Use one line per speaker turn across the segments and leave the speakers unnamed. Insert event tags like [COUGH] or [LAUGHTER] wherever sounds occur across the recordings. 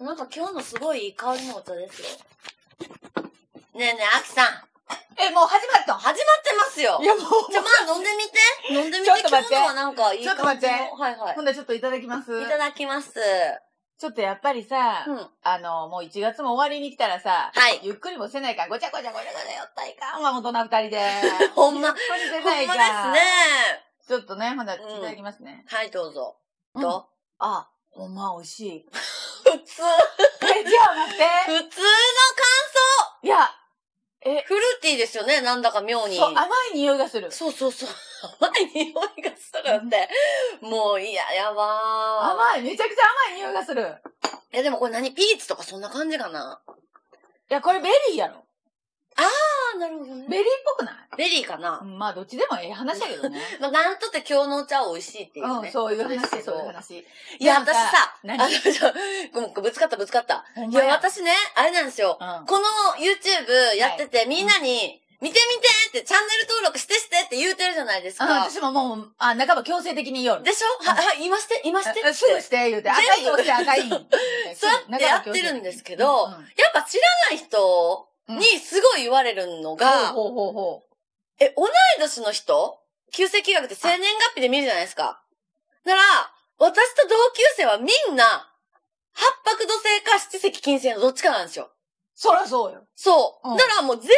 なんか今日のすごいいい香りの音ですよ。ねえねえ、あきさん。
え、もう始まった
始まってますよ
い。や、もう。
じゃあまあ飲んで
[LAUGHS]
みて。飲んでみて。
ちょっと待って
今日のはなんかいい感じの。
ちょっと待って
はいはい。
ほんでちょっといただきます。
いただきます。
ちょっとやっぱりさ、
うん。
あの、もう1月も終わりに来たらさ、
はい
ゆっくりもせないかん、ごちゃごちゃごちゃごちゃよったいかんわ、もう大人二人で。
[LAUGHS] ほんま
ゆっくり
ほ
せ
ん
ないか
ま
ん。
ですね。
ちょっとね、ほんで、い
うん
ただきますね。
はい、どうぞ。
うん
と、
あ、ほんま美味しい。
普通、
え、じゃあ待っ
普通の感想
て。いや、え、
フルーティーですよね、なんだか妙に。
そう、甘い匂いがする。
そうそうそう。甘い匂いがするって。もう、いや、やばー。
甘い、めちゃくちゃ甘い匂いがする。
いや、でもこれ何ピーチとかそんな感じかない
や、これベリーやろ。
あー、なるほどね
ベリーっぽくない
ベリーかな
う、んまあ、どっちでもええ話だけどね。
まあ、なんとって今日のお茶は美味し [LAUGHS] いっていう
う
ね。
ん、そういう話
です、け
そういう
ど
話。
いや、
なんか
私さ、あ
何
のちょごめんぶつかったぶつかった。
ほん
い
ま
や、私ね、あれなんですよ。
うん。
この YouTube やってて、みんなに、見て見てってチャンネル登録してしてって言うてるじゃないです
うん、
か。
私ももう、あ、半ば強制的に言おる。
でしょは、は、今して、今してって。
あすぐして、言うて、赤い
全部
押して
[LAUGHS]
赤いん。そう
そうやってやってるんですけどやっぱ知らない人にすごい言われるのが、
ほうほうほ
え、同い年の人旧世紀学って生年月日で見るじゃないですか。なら、私と同級生はみんな、八白土星か七石金星のどっちかなんですよ。
う。そらそうよ。
そう。
うん
ならもう全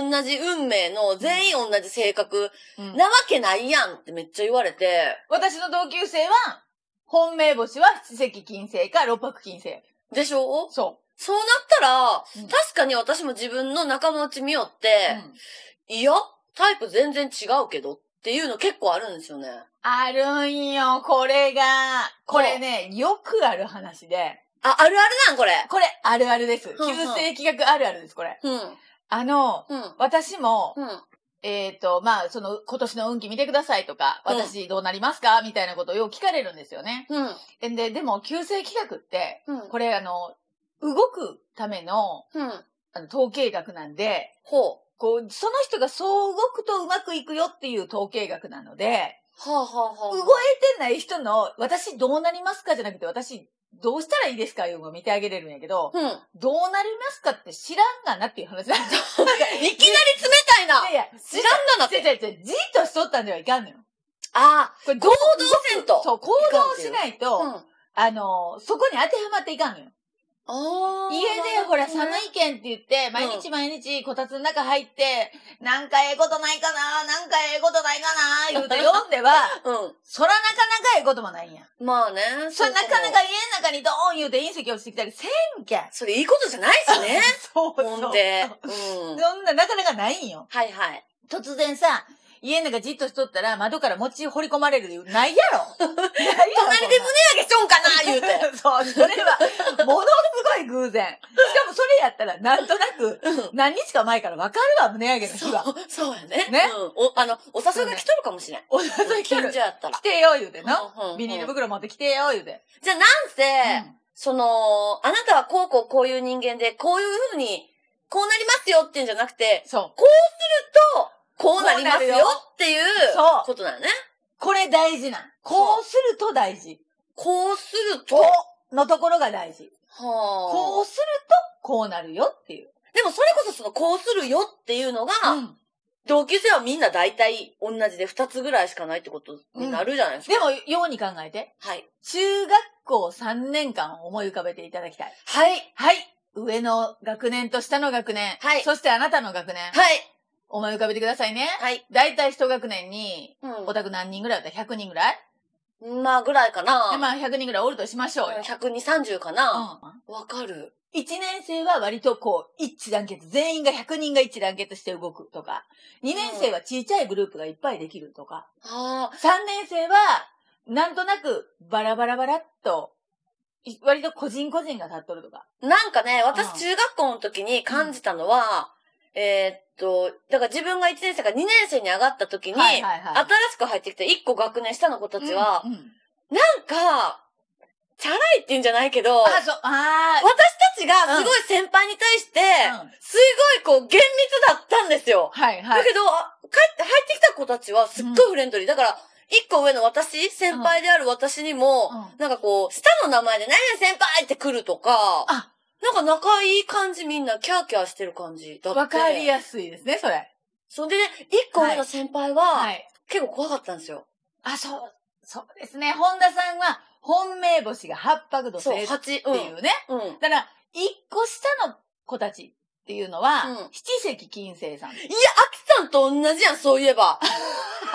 員同じ運命の、全員同じ性格、
うん
なわけないやんってめっちゃ言われて、
私の同級生は、本命星は七石金星か六白金星。
でしょ
そ
そうなったら、
うん
確かに私も自分の仲間内見よっ
う。
て
う、ん
いや、タイプ全然違うけどっていうの結構あるんですよね。
あるんよ、これが。これね、よくある話で。
あ、あるあるなんこれ。
これ、あるあるです。
んうん
旧世紀学あるあるです、これ。
うん。
あの、
うん。
私も、
うん。
えっ、と、まあ、その、今年の運気見てくださいとか、
うん
私どうなりますかみたいなことをよく聞かれるんですよね。
うん。
えんで、でも、旧正規学って、
うん。
これ、あの、動くための
うん。
あの統計学なんで、
ほう。
こう、その人がそう動くとうまくいくよっていう統計学なので、
はあ、はあはあ、
動いてない人の、私どうなりますかじゃなくて、私どうしたらいいですかいうのを見てあげれるんやけど、
[LAUGHS] うん。
どうなりますかって知らんがなっていう話なん
[LAUGHS]
ですよ。
いきなり冷たいな。
いやいや、
知らんがなっ
違う
て。
違う違う、じっとしとったんではいかんのよ。
あ
これ行
動せんと
そう、行動しない
あ。
と、
うん。
あの、そこに当てはまっていかんのよ。
ああ。
家でほら寒いけんって言って、毎日毎日こたつの中入って、なんかええことないかな、なんかええことないかな、言うて読んでは、
[LAUGHS] う
そらなかなかええこともないんや。
ん。まあね。
それなかな
も
か家の中にドーン言うて隕石落ちてきたりせんけん。
それいいことじゃないしね。
[LAUGHS] そう
ほんで。うん。
そんななかなかないんよ。
はいはい。
突然さ、家の中じっとしとったら窓から餅掘り込まれる理由ないや
[LAUGHS]
ろ。隣で
隣で胸上げしょんかな言うて。
[LAUGHS] そう、それは、ものすごい偶然。しかもそれやったら、なんとなく、 [LAUGHS] 何日か前から分かるわ、胸上げの日は。
そう、そうやね。
ね
うん。お、あの、お誘いが来とるかもしれん。
お誘い来
近
てる
所。やったら
来。てよ、言うてな。
うんうん
ビニール袋持って来てよ、言うて。
じゃあなんせ、その、あなたはこうこうこういう人間で、こういうふうに、こうなりますよっていうんじゃなくて、
そう。
と、こうなりますよっていう
そう
ことだよね。
これ大事なん。こうすると大事。
こうすると、
こ
は
うのところが大事。
あ
こうすると、こうなるよっていう。
でもそれこそその、こうするよっていうのが、
うん
同級生はみんな大体同じで2つぐらいしかないってことになるじゃないですか。
でも、ように考えて。
はい。
中学校3年間思い浮かべていただきたい。
はい。
はい。上の学年と下の学年。
はい
そしてあなたの学年。
はい。
思い浮かべてくださいね。
はい。
だいたい一学年に、
うん
お宅何人ぐらいだったら ?100 人ぐらい
まあ、ぐらいかな。
で、まあ100人ぐらいおるとしましょうよ。
120、30かな。わ、かる。
うん。1年生は割とこう、一致団結。全員が100人が一致団結して動くとか。2年生は小さいグループがいっぱいできるとか。
ああ、
3年生は、なんとなく、バラバラバラっと、い割と個人個人が立っとるとか。
なんかね、
うん
私中学校の時に感じたのは、えーっと、だから自分が1年生から2年生に上がった時に、
はいはいはい。
新しく入ってきた1個学年下の子たちは、
うんうん
なんか、チャラいって言うんじゃないけど、
あ、そう、あ
私たちがすごい先輩に対して、
あ、うん
すごいこう厳密だったんですよ。
はいは
だ
い。
けど、あ帰って、入ってきた子たちはすっごいフレンドリー。だから、一個上の私、先輩である私にも、
う
なんかこう、下の名前で、何々先輩って来るとか、
あ
なんか仲いい感じみんなキャーキャーしてる感じだっ
ん。
て。
わかりやすいですね、それ。
そんでね、一個上の先輩は、
はい。
結構怖かったんですよ。
あ、そう、そうですね。本田さんは、本命星が八白土星
そう、
っ
八、
て
うん。
いうね。
うん。いや
だから、一個下の子たちっていうのは、
うん、
七石金星さん。
アキさんと同じやん、そういえば。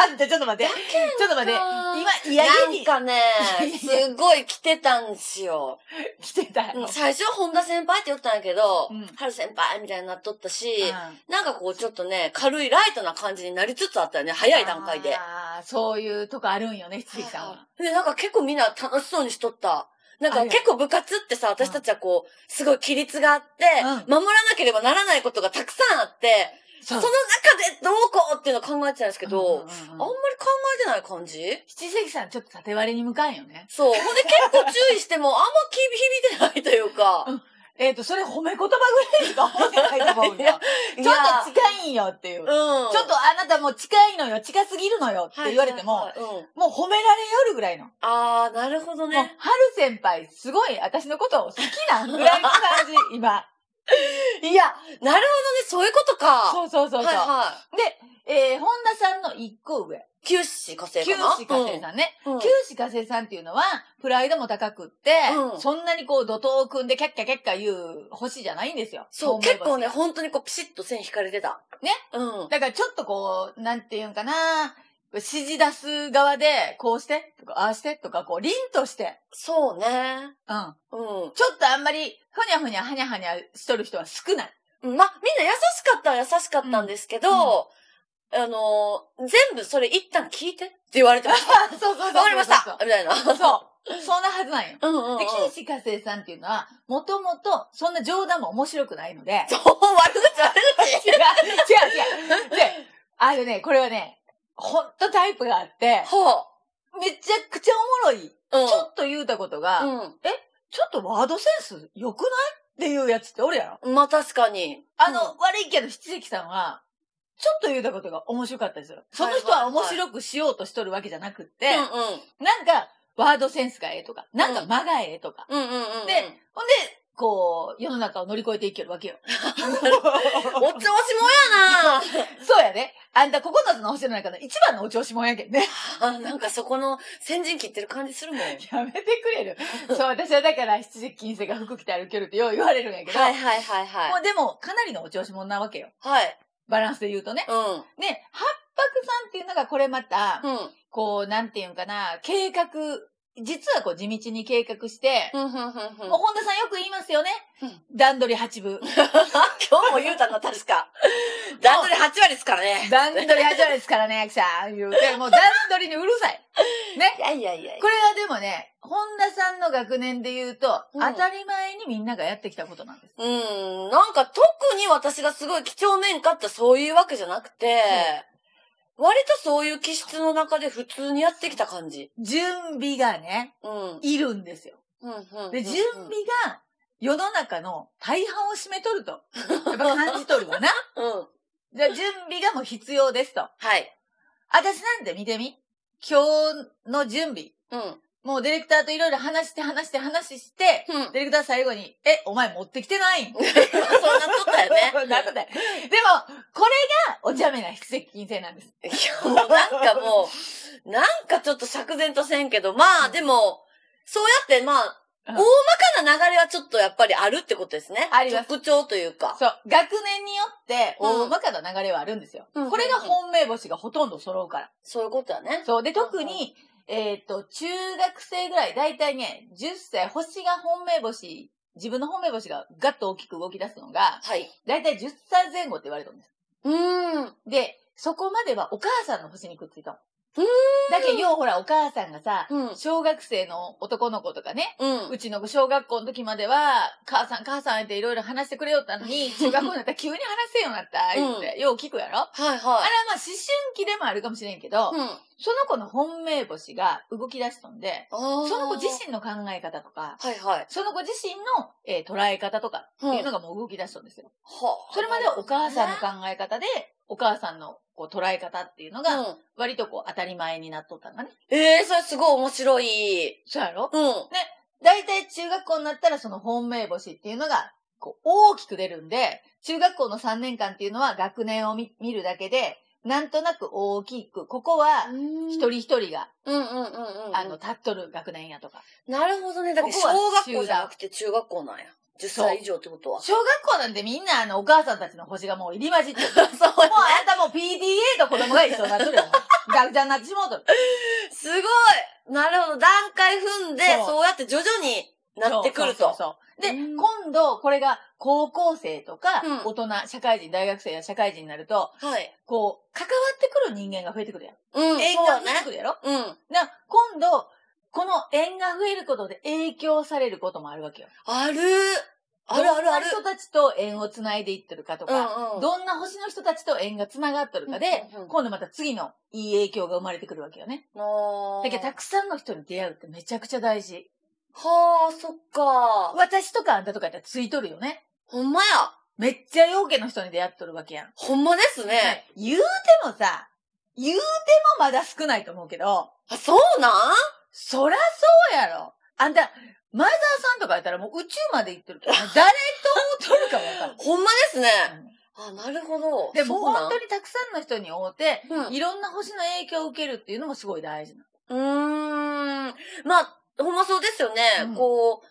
あんた、ちょっと待って。ちょっと待って。今、嫌
な
げ
ん
に
かね、
[LAUGHS] いや
すごい来てたんですよ。
来てた
う
よ
ん。最初は本田先輩って言ったんやけど、
うん
春先輩みたいになっとったし、
うん
なんかこうちょっとね、軽いライトな感じになりつつあったよね、早い段階で。
あーそういうとこあるんよね、七木さんは。
で、なんか結構みんな楽しそうにしとった。なん
あ
か
るよ
結構部活ってさ、私たちはこう、すごい規律があって、
う
守らなければならないことがたくさんあって、
そ
その中でどうこうっていうの考えてたんですけど、
うん
あ
うんうんん
まり考えてない感じ
七石さんちょっと縦割りに向かんよね。
そう。ほんで結構注意しても、あんま響いてないというか。
うんえっ、と、それ褒め言葉ぐらいしか思って [LAUGHS] ないと思う
い
よ。
や
ちょっと近いんよっていう。
うん。
ちょっとあなたもう近いのよ、近すぎるのよって言われても、
はいはいはいうん
もう褒められよるぐらいの。
あー、なるほど
もう
ね。、
春先輩、すごい私のことを好きなぐらいの感
[LAUGHS]
じ、今。
いや、なるほどね、そういうことか。
そうそうそうそ
は
う。
いは
えー、本田さんの一個上。
い。九死火星
九
かな
死火星さんね。
うん。うん
九死火星さんっていうのは、プライドも高くって、
うん
そんなにこう、怒涛を組んでキャッキャキャッキャ言う星じゃないんですよ。
そう、
本命
結
星
構ね、本当にこう、ピシッと線引かれてた。
ね。
うん。
だからちょっとこう、なんていうんかな、指示出す側で、こうして、とか、ああして、とか、こう、凛として、
そうね。
うん。
う
ちょっとあんまり、ふにゃふにゃ、はにゃはにゃしとる人は少な
ん。
い。
ま、みんな優しかったは優しかったんですけど、あのー、全部それ一旦聞いてって言われてま [LAUGHS] した。
[LAUGHS] そうそうそう
わかりました [LAUGHS] みたいな。
そう。そんなはずなんよ。
うんうんうん。
で、九死火星さんっていうのは、もともと、そんな冗談も面白くないので、
[LAUGHS] そう、悪口悪口。
[LAUGHS] 違う、違う、違う。で、あのね、これはね、ほんとタイプがあって、
ほ
めちゃくちゃおもろい。
う。うん。
ちょっと言うたことが、ちょっとワードセンス良くないっていうやつっておるやろ
うん。まあ確かに。
あの、悪いけど、七関さんは、ちょっと言うたことが面白かったですよ。その人は面白くしようとしとるわけじゃなくって、
うん、う
なんか、ワードセンスがええとか、なんか間がええとか。
ん。うんうんうん。
で、ほんで、こう、世の中を乗り越えていける
[LAUGHS]
わけよ。
お調子もや
そうやね。あんた9つの星の中の一番のお調子もんやけんね。
な [LAUGHS] あ、なんかそこの先陣切ってる感じするもん。はい
やめてくれる。そう、私はだから七時金星が服着て歩けるってよう言われるんやけど、
はいはいは
も
い。
うでもかなりのお調子者なわけよ。
はい。
バランスで言うとね。
う
ね、八白さんっていうのがこれまた、
ん。うん。
こう、なんていうんかな、計画、実はこう地道に計画して、
うん、うん、うん、うん。
もう本田さんよく言いますよね。
うん
段取り八
[LAUGHS]
分。
今日も言うたな、確か。段取り8割ですから [LAUGHS] ね。
段取り八分ですからね、アキさん。言うて、もう段取りにうるさい。
いやいやいやいや
これはでもね、本田さんの学年で言うと、
うん
当たり前にみんながやってきたことなんです。
うん。なんか特に私がすごい几帳面かってそういうわけじゃなくて、割とそういう気質の中で普通にやってきた感じ。
準備がね、
うん。
いるんですよ。
うんうんうん。
で、準備が世の中の大半を占めとると。やっぱ感じとるわな。 [LAUGHS]
うん。
じゃあ準備がもう必要ですと。
はい。
私なんて見てみ。今日の準備。
うん。 [LAUGHS]
もうディレクターといろいろ話して話して話して、
うん。
ディレクター最後に、え、お前持ってきてないん
そうなっとったよ [LAUGHS] ね。
なって。でも、これがお茶目な筆跡金星なんです。
いや、もうなんかもう、なんかちょっと釈然とせんけど、まあ、
うん
でも、そうやって、まあ、
う
大
ん
まかな流れはちょっとやっぱりあるってことですね。
あります
特徴というか。
そう。学年によって、大まかな流れはあるんですよ。
うん
これが本命星がほとんど揃うから。
そういうことだね。
そう。で、特に、えっ、と、中学生ぐらい、だいたいね、10歳、星が本命星、自分の本命星がガッと大きく動き出すのが、
はい。
だいたい10歳前後って言われてるんです。
うーん。
で、そこまではお母さんの星にくっついたの。
うーん
だけど、ようほら、お母さんがさ、
うん。
小学生の男の子とかね、
うん。
うちの小学校の時までは、母さん、母さんっていろいろ話してくれよったの [LAUGHS] に、中学校になったら急に話せんようになった、言って、よう聞くやろあ
はい
れは
は
まあ思春期でもあるかもしれんけど、
い。うん。
その子の本命星が動き出しとんで、
あ
そ
ー
の子自身の考え方とか、
はいはい。
その子自身の、えー捉え方とかっていうのがもう動き出しとんですよ。それまではお母さんの
が、
考え方で、お母さんのこう捉え方っていうのが、
うん。
割とこう当たり前になっとったんだね。
ええー、それすごい面白い。
そうやろ
うん。
大体中学校になったらその本命星っていうのが、こう大きく出るんで、中学校の3年間っていうのは学年を見見るだけで、なんとなく大きく、ここは一人一人が、
うんうんうんうんうん。
あの、立っとる学年やとか。
なるほどね。だけど
ここは
小学校じゃなくて中学校なんや。10歳以上ってことは。
小学校なんてみんなあのお母さんたちの星がもう入り混じってる。も
[LAUGHS]
う
そう
あんたもう PDA と子供が一緒になっとるよ。
[LAUGHS]
ガクちゃになってしもうとる。
すごいなるほど。段階踏んで、
そう
そうやって徐々になってくる
そ
と。
うそうそうそうで、
うん
今度これが高校生とか
うん
大人、社会人、大学生や社会人になると、
はい。
こう、関わってくる人間が増えてくるやん。
うん、
縁
そう
が
だ
増えてく
ね。
るやろ
うん。
だから今度、この縁が増えることで影響されることもあるわけよ。
ある。あるあるある。
どんな人たちと縁をつないでいってるかと
う
か、
んうん。
どんな星の人たちと縁が繋がっとるかで、
うんうんうん
今度また次のいい影響が生まれてくるわけよね。
あー
だけど、たくさんの人に出会うってめちゃくちゃ大事。
はあ、そっか。
私とかあんたとかやったらついとるよね。
ほんまや。
めっちゃ陽家の人に出会っとるわけやん。
ほんまですね。
言うてもさ、言うてもまだ少ないと思うけど、
あ、そうなん
そらそうやろ。あんた、前澤さんとかやったらもう宇宙まで行ってる
[LAUGHS]
から、誰と会うとるかもわ
ほんまですね。
からん。
あ、なるほど。
でも
そうな
本
ん
当にたくさんの人に会うて、
うん
いろんな星の影響を受けるっていうのもすごい大事なの。
うーん。まあ、ほんまそうですよね。
うん
こ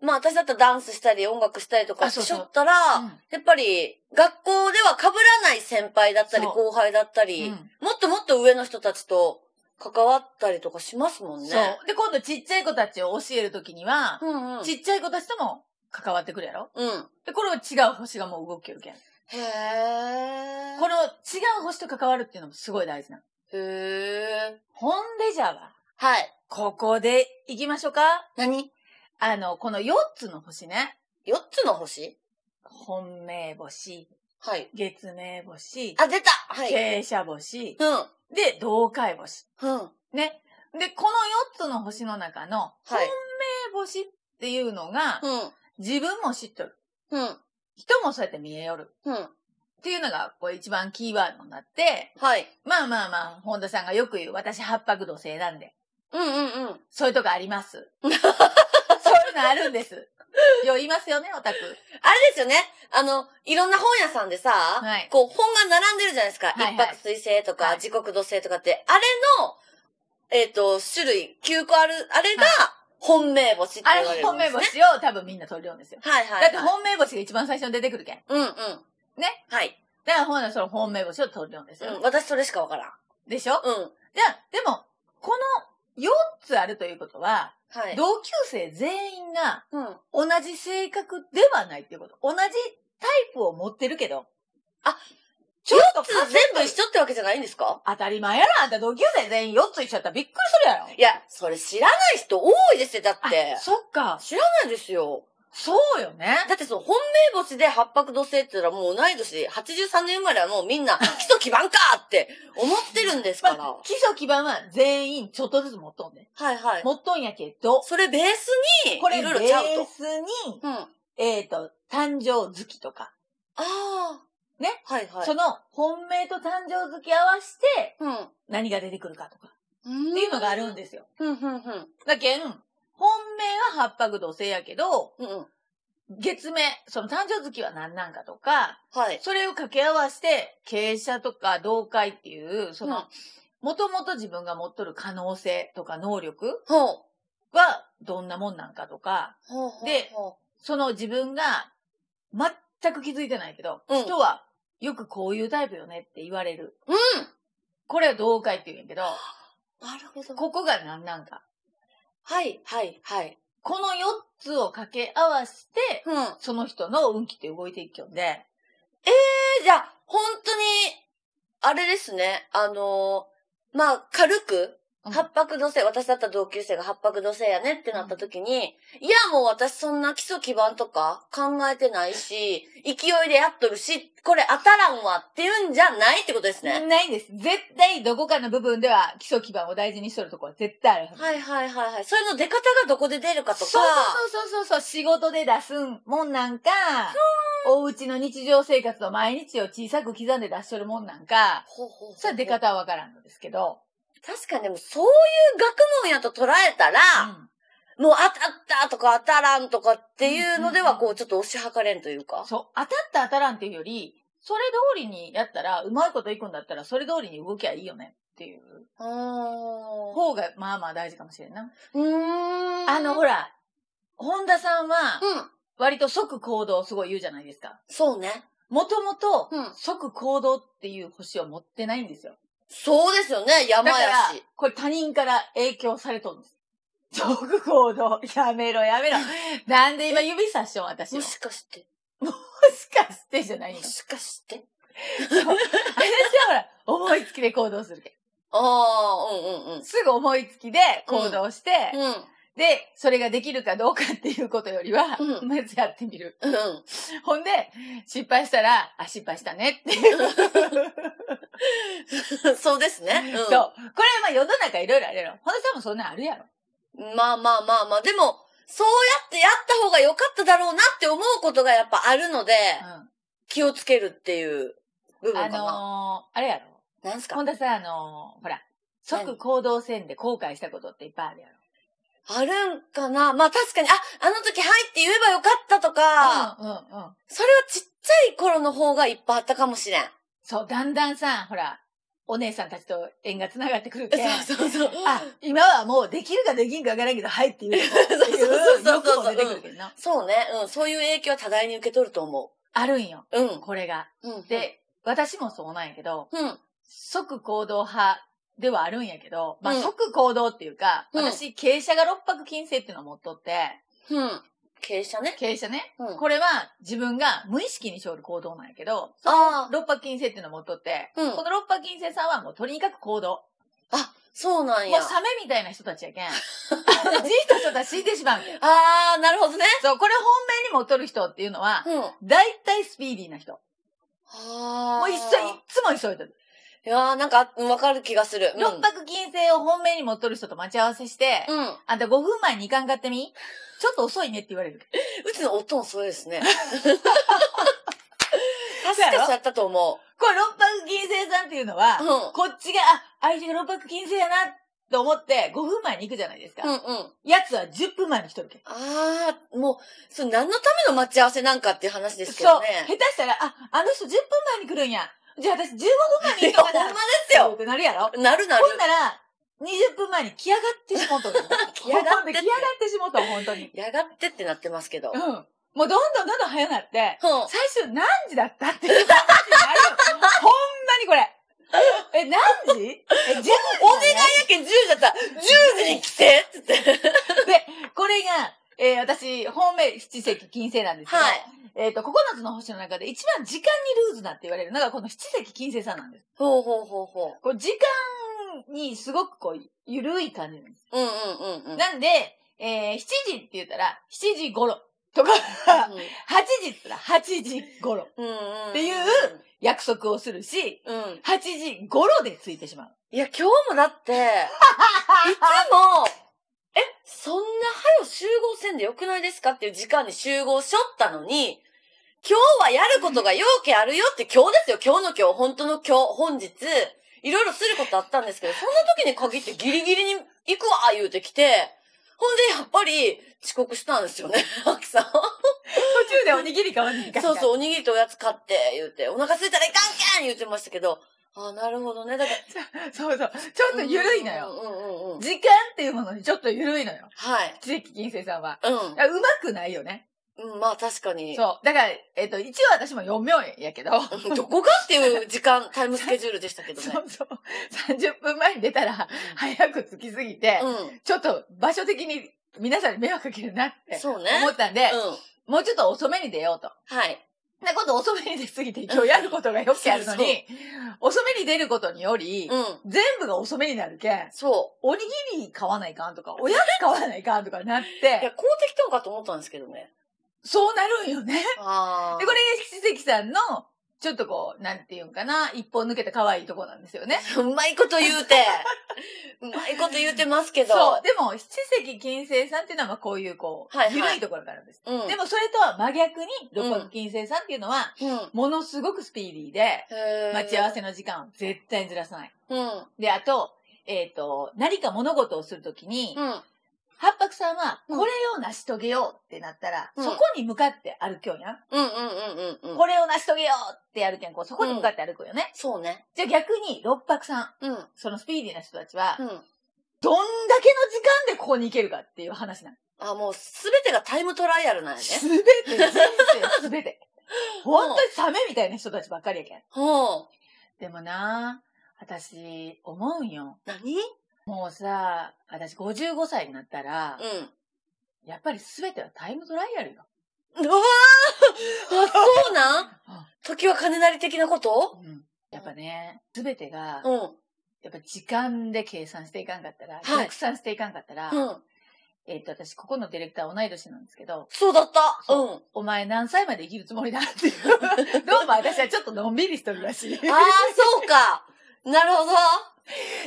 う、まあ私だったらダンスしたり音楽したりとか
あそう
し
そう
ょったら、
うん
やっぱり学校では被らない先輩だったり
そう
後輩だったり、
うん
もっともっと上の人たちと関わったりとかしますもんね。
そう。で、今度ちっちゃい子たちを教えるときには、
うんうん。
ちっちゃい子たちとも関わってくるやろ
うん。
で、これは違う星がもう動けるけん。
へえ。
この違う星と関わるっていうのもすごい大事なの。
へえ。
ほんでじゃあ、
はい。
ここで行きましょうか。
何
あの、この4つの星ね。
四つの星
本命星、
はい。
月命星、
あ、出たはい。
傾斜星、
うん。
で、同海星。
うん。は
ね。で、この4つの星の中の、
い。
本命星っていうのが、
うん。
自分も知っとる。
うん。
人もそうやって見えよる。
うん。
っていうのが、こう一番キーワードになって、
はい。
まあまあまあ、本田さんがよく言う、私八白土星なんで、
うんうんうん。
そういうとこあります。
[LAUGHS]
そういうのあるんです。よう言いますよね、オタク。
あれですよね。あの、いろんな本屋さんでさ、
はい
こう本が並んでるじゃないですか。
いはい
一泊水星とか、
はい
時刻土星とかって、あれの、えっ、と、種類9個ある、あれが本命星って
あ
言われ
れ
る
本
んで
命
すね。
星を多分みんな取りようんですよ。
はいはい、
だって本命星が一番最初に出てくるけん。
うんうん。
ね。
はい。
だからほんならその本命星を取るんですよ。
うん。私それしかわからん。
でしょ
うん。
じゃあ、でも、この4つあるということは、
はい。
同級生全員が
うん。あ、
同じ性格ではないっていうこと。同じタイプを持ってるけど。
あ、
ちょっと
全部一緒ってわけじゃないんですか
当たり前やろあんた同級生全員4つ一緒やったらびっくりするやろ。
いや、それ知らない人多いですよ、だって
あ、。そっか。
知らないですよ。
そうよね。
[LAUGHS] だってその本命星で八白土星って言ったらもう同い年で83年生まれはもうみん
[LAUGHS]
な基礎基盤かって思ってるんですから。
まあ、基礎基盤は全員ちょっとずつ持っとんね。
はいはい。
持っとんやけど、
それベースに、
これ
い
ベ
ろい
ー
ろちゃうと。
スに、
うん。あ
えっ、と、誕生月とか、
あー。
ね
はいはい。
その本命と誕生月合わせて
うん。
何が出てくるかとか、
っ
っていうのがあるんですよ。
うん、うん、うん。
だけん、本命は八白土星やけど、
うんうん。
月命、その誕生月は何なんかとか、
はい。
それを掛け合わせて、傾斜とか同解っていう、その、もともと自分が持っとる可能性とか能力
ほう。
はどんなもんなんかとか、
ほうほう
で
ほ
その自分が全く気づいてないけど、
うん
人はよくこういうタイプよねって言われる。
う。うん。
これは同解って言うんやけど、
なるほど。
ここが何なんか。
はい、はい、はい。
この4つを掛け合わせて、
うん。え
その人の運気って動いていくんで、
じゃあ、本当に、あれですね。あのーまあ、軽く、
うん
八白土星、私だったら同級生が八白土星やねってなった時に、いやもう私そんな基礎基盤とか考えてないし、勢いでやっとるし、これ当たらんわっていうんじゃないってことですね。
ないんです。絶対どこかの部分では基礎基盤を大事にしとるところは絶対あるはず。
はいはいはいはい。それの出方がどこで出るかとか、
そうそうそうそうそう、仕事で出すもんなんか、お家の日常生活の毎日を小さく刻んで出しとるもんなんか、
ほうほうほう
それは出方はわからんのですけど、
確かにでもそういう学問やと捉えたら、
うん
もう当たったとか当たらんとかっていうので
うん
は、
うんうん
こうちょっと押し量れんというか。
そう、当たった当たらんっていうより、それ通りにやったら、うまいこといくんだったら、それ通りに動きゃいいよねっていう
うーん。
方が、まあまあ大事かもしれんな。
うーん。
あの、ほら、本田さんは、
うん。
割と即行動をすごい言うじゃないですか。
そうね。
もともと
うん、
即行動っていう星を持ってないんですよ。
そうですよね。
だ
山
から
やし。、
これ他人から影響されとるんです。即行動。やめろやめろ。なんで今指さしとん私を。
も
もし
しかして。
かしてじゃないん
も
です。
しかして。
私はほら、思いつきで行動するけ
ああ、うんうんうん
ん。すぐ思いつきで行動して、。で、それができるかどうかっていうことよりは、
うん
まずやってみる。
うん。うん。
ほんで、失敗したら、あ、失敗したねっていう。
そうですね。うん、 [LAUGHS]
そう。これはまあ世の中いろいろあるやろ。ほんでさんもそんなんあるやろ。
まあまあまあまあ。でも、そうやってやった方が良かっただろうなって思うことがやっぱあるので、気をつけるっていう部
うん。あ
分かな。
のー、あれやろ。
なんすか
ほんでさん、あのー、ほら、即行動せんで後悔したことっていっぱいあるやろ。
あるんかなまあ確かに、あ、あの時はいって言えばよかったとか、
うんうんうん。
それはちっちゃい頃の方がいっぱいあったかもしれん。
そう、だんだんさ、ほら、お姉さんたちと縁が繋がってくるけん。
そうそうそう。
あ、今はもうできるかできんかわからんけど、はいって言うとこって
そう
い
そうそうそう
欲も出てくるけどな。
そうね。うん。そういう影響は多大に受け取ると思
あるんよ、
う。うん。
これが。
うん、
で、私もそうなんやけど、
うん。
即行動派ではあるんやけど、まあ、
うん
即行動っていうか、
うん
私、傾斜が六白金星っていうのを持っとって、
うん。傾斜ね。
傾斜ね、
うん
これは自分が無意識にしおる行動なんやけど、
あ
六白金星っていうのを持っとって、
あ。うん
こ。の六白金星さんはもうとにかく行動。
あ、そうなん
も
や
う。サメみたいな人た
[LAUGHS]
ちやけん。あのじいと人たち死んでしまうけん。
ああ、なるほどね。
そう、これ本命に持っとる人っていうのは、
うん。あ
大体スピーディーな人。
あ。
もう一緒、いっつも急いでる。
いやーなんか、うんわかる気がする。うん
六白金星を本命に持っとる人と待ち合わせして、
うん。
あんた5分前に行かんかっ
[LAUGHS]
てみちょっと遅いねって言われる。
うちの夫もそうですね。 [LAUGHS] 確
確
かそうやったと思
これ六白金星さんっていうの
う。う
は、
ん。
こっちが、あ、相手が六白金星やな、と思って5分前に行くじゃないですか。
うんうん。
やつは10分前に来とるけん。
ああ、もう、そう、何のための待ち合わせなんかっていう話ですけ
そ
ど
う。
ね。
下手したら、あ、あの人10分前に来るんや。じゃあ私15分前に行
い
っ
や、
と
ほん
か
ま
な
で。すよ。
ってなるやろ
なるなる
ほ。んなら、20分前に来やがってしもうとる。
来やがって
ほんで来やがってしもうとる、本当に。
やがってってなってますけど。
う
うんん。。
もうどんどんどんどん早なって、最終何時だったっていう話になるよほんまにこれ。え、何時え、10時だね
お願いやけん10時だったら、10時に来てって言って。
で、これが、えー私、本命七石金星なんですけど、
はい
えっ、と、9つの星の中で一番時間にルーズなって言われるのが、この七石金星さんなんです。
ほうほうほうほ
こう時間にすごくこう、ゆるい感じなんです。
う。うんうんうんうん。
なんで、えー、7時って言ったら、7時頃とか、8時って言ったら8時頃
うんうん。
っていう約束をするし、
うん。
8時頃で着いてしまう。
いや、今日もだ
[LAUGHS]
って、いつも、え、そんな早う集合せんでよくないですかっていう時間に集合しょったのに、今日はやることが要件あるよって今日ですよ、今日の今日、本当の今日、本日、いろいろすることあったんですけど、そんな時に限ってギリギリに行くわ、言うてきて、ほんで、やっぱり、遅刻したんですよね、アキさん。
途中でおにぎり買わないか。
そうそうう、おにぎりとおやつ買って、言うて、お腹空いたらいかんけん言うてましたけど、ああ、なるほどね。だから、
そうそう。ちょっとゆるいのよ。
うんうんうんうん。
時間っていうものにちょっとゆるいのよ。
はい。
七石金星さんは。
うん
い。やうまくないよね。
うん、まあ確かに。
そう。だから、えっ、と、一応私も4秒やけど。
うんどこがっていう時
[LAUGHS]
間、タイムスケジュールでしたけどね。
そうそう。30分前に出たら、早く着きすぎて、
うん。
ちょっと場所的に皆さんに迷惑かけるなって
そうね。
思ったんで、
うん。
もうちょっと遅めに出ようと。
はい。
なこと遅めに出すぎて、今日やることがよくあるのに、遅めに出ることにより、
うん。
全部が遅めになるけん、
そ
おにぎり買わないかんとか、おやつ買わないかんとかなっ
う。いや、
て、
公的とんかと思ったんですけどね。
そうなるんよね。
あ
で、これ、七関さんの、ちょっとこう、なんていうんかな、一本抜けた可愛いとこなんですよね。
れ、うまいこと言う
[LAUGHS]
て、うまいこと言うてますけど。
そう。でも、七関金星さんっていうのは、まあこういう、こう、
はいはい
緩いところからです。
うん。
でも、それとは真逆に、六角金星さんっていうのは、
うん、
ものすごくスピーディーで、
へー
待ち合わせ。の時間を絶対にずらさない。
うん。
で、あと、えっ、と、何か物事をするときに、
うん。
八白さんは、
うん
これを成し遂げようってなったら、
うん
そこに向かって歩きようやん。
うんうんうんうんうん。
これを成し遂げようってやるけん、こう、そこに向かって歩くよね。
そうね。
じゃあ逆に、六白さん、
うん。うん。
そのスピーディーな人たちは、
あ
どんだけの時間でここに行けるかっていう話なん。、
もうすべてがタイムトライアルなんやね。
すべて、人生すべて。 [LAUGHS] 本当にサメみたいな人たちばっかりやけん。
ほう。
でもな私、思うんよ。
何うん。
もうさ、私55歳になったら、やっぱり全てはタイムトライアルよ。
う
[LAUGHS]
わーあ、そうなん時は金なり的なこと
うんやっぱね、全てが、
うん。
やっぱ時間で計算していかんかったら、
はい
逆算していかんかったら、
うん。
えっと、私、ここのディレクター同い年なんですけど、
そうだった。うん。
お前何歳まで生きるつもりだっていう。どうも [LAUGHS] 私はちょっとのんびりしとるらしい。
[LAUGHS] ああ、そうか。なるほど。
[LAUGHS]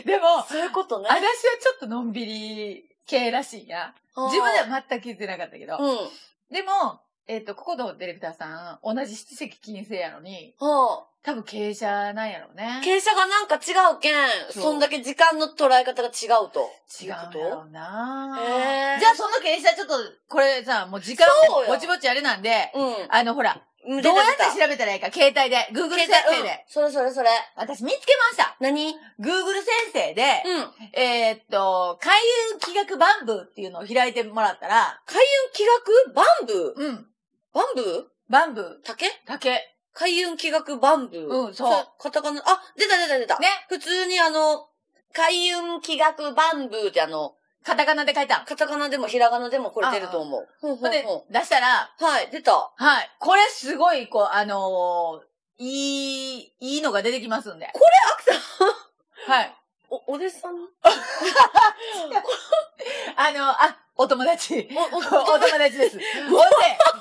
でも、
そういうことね
私はちょっとのんびり系らしいんや。自分では全く気づいてなかったけど。
うん。
でも、えっ、と、ここのディレクターさん、同じ七席金星やのに、
は
多分経営者なんやろうね
あ。。傾斜がなんか違うけん、
そ
そうそんだけ時間の捉え方が違うと。
違うんやろうな、
へー
じゃあその経営者ちょっと、これさ、もう時間
そう
を
よ
ぼちぼちあれなんで、
うん。
あの、ほら、
ど
ど
う
うやって調べたらいいか、携帯で、Google 先生
うん
で。、
それそれそれ。
私見つけました
何うん。
!Google 先生で、えーっと、開運気学万部っていうのを開いてもらったら、
海運気学バンブー
うん、
バンブ
万部
ー竹
だけ。
海運気学バンブー
うんそう
れカタカナ、あ、出た出た出た。
ね。
普通にあの、海運気学バンブーってあの、
カタカナで書いたん。
カタカナでもひらがなでもこれ出ると思う。ほん
ほ
ほ
ん
ん
で
ほ、
出したら、
ん。はい、出た。
はい。これすごい、こう、あのーいい、いいのが出てきますんで。これ、アクさんはい。
お、お弟子さ
[LAUGHS]
ん
あの、あ、お
[LAUGHS]
友達。
お、お、
お
お、
友達です。ほんで、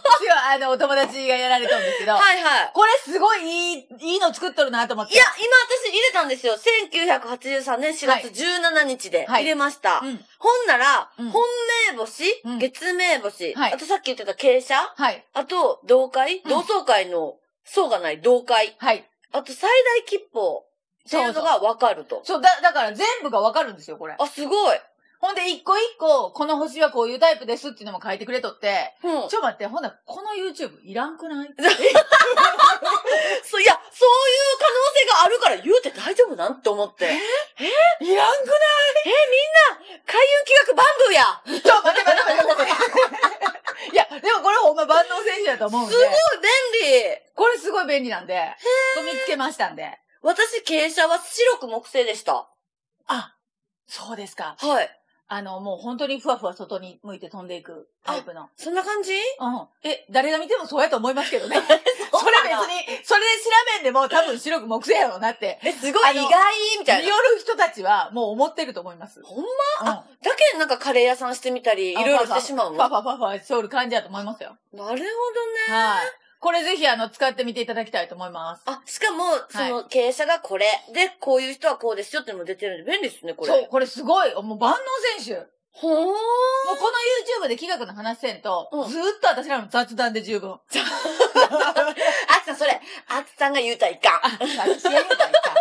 私は、あの、お友達がやられたんですけど、
はいはい。
これすごいいい、いいの作っとるなと思って。
いや、今私入れたんですよ。1983年4月17日で
はい
入れました。
うん。
ほんなら、
うん
本命星、
うん
月命星、
はい
あとさっき言ってた傾斜、
はい。
あと同会、
うん
同窓会の層がない同会、
はい。
あと最大吉報っていうの
そうそ
がわかると。
そう、だ、だから全部がわかるんですよ、これ。
あ、すごい。
ほんで、一個一個、この星はこういうタイプですっていうのも書いてくれとって、
うん。
ちょ、待って、ほんならこの YouTube いらんく [LAUGHS] ない
そういや、そういう可能性があるから言うて大丈夫なんって思って。え
いらんく
海運企画バンブーや
ちょ、待て待て待て待て。 [LAUGHS] いや、でもこれほんま万能選手だと思うんで。
すごい便利
これすごい便利なんで、これ見つけましたんで。
私、傾斜は白く木製でした。
あ、そうですか。
はい。
あの、もう本当にふわふわ外に向いて飛んでいくタイプの。
そんな感じ
うん。え、誰が見てもそうやと思いますけど [LAUGHS] ね。それ
それ別
別
に。
に、それで調べんでも多分白く木製やろうなって。
え、すご
あ
い意
の
外み
見
たい
よ
な。
る人たちはもう思ってると思います。
ほんま
まうん。
だけなんかカレー屋さんしてみたり、いろいろしてしまう
フ
の
ァ
な
ファファファしとる感じやと思いますよ。
るほどね。
はい。これぜひあの、使ってみていただきたいと思います。
あ、しかも、その、傾斜がこれ。で、こういう人はこうですよっていうのも出てるんで、便利ですね、これ。
そう、これすごい。もう万能選手。もう
ほーん。
この YouTube で企画の話せんと、
うん
ずーっと私らの雑談で十分。
あきさん、それ、あきさんが言うたらいかん。
あ、私やりたいか。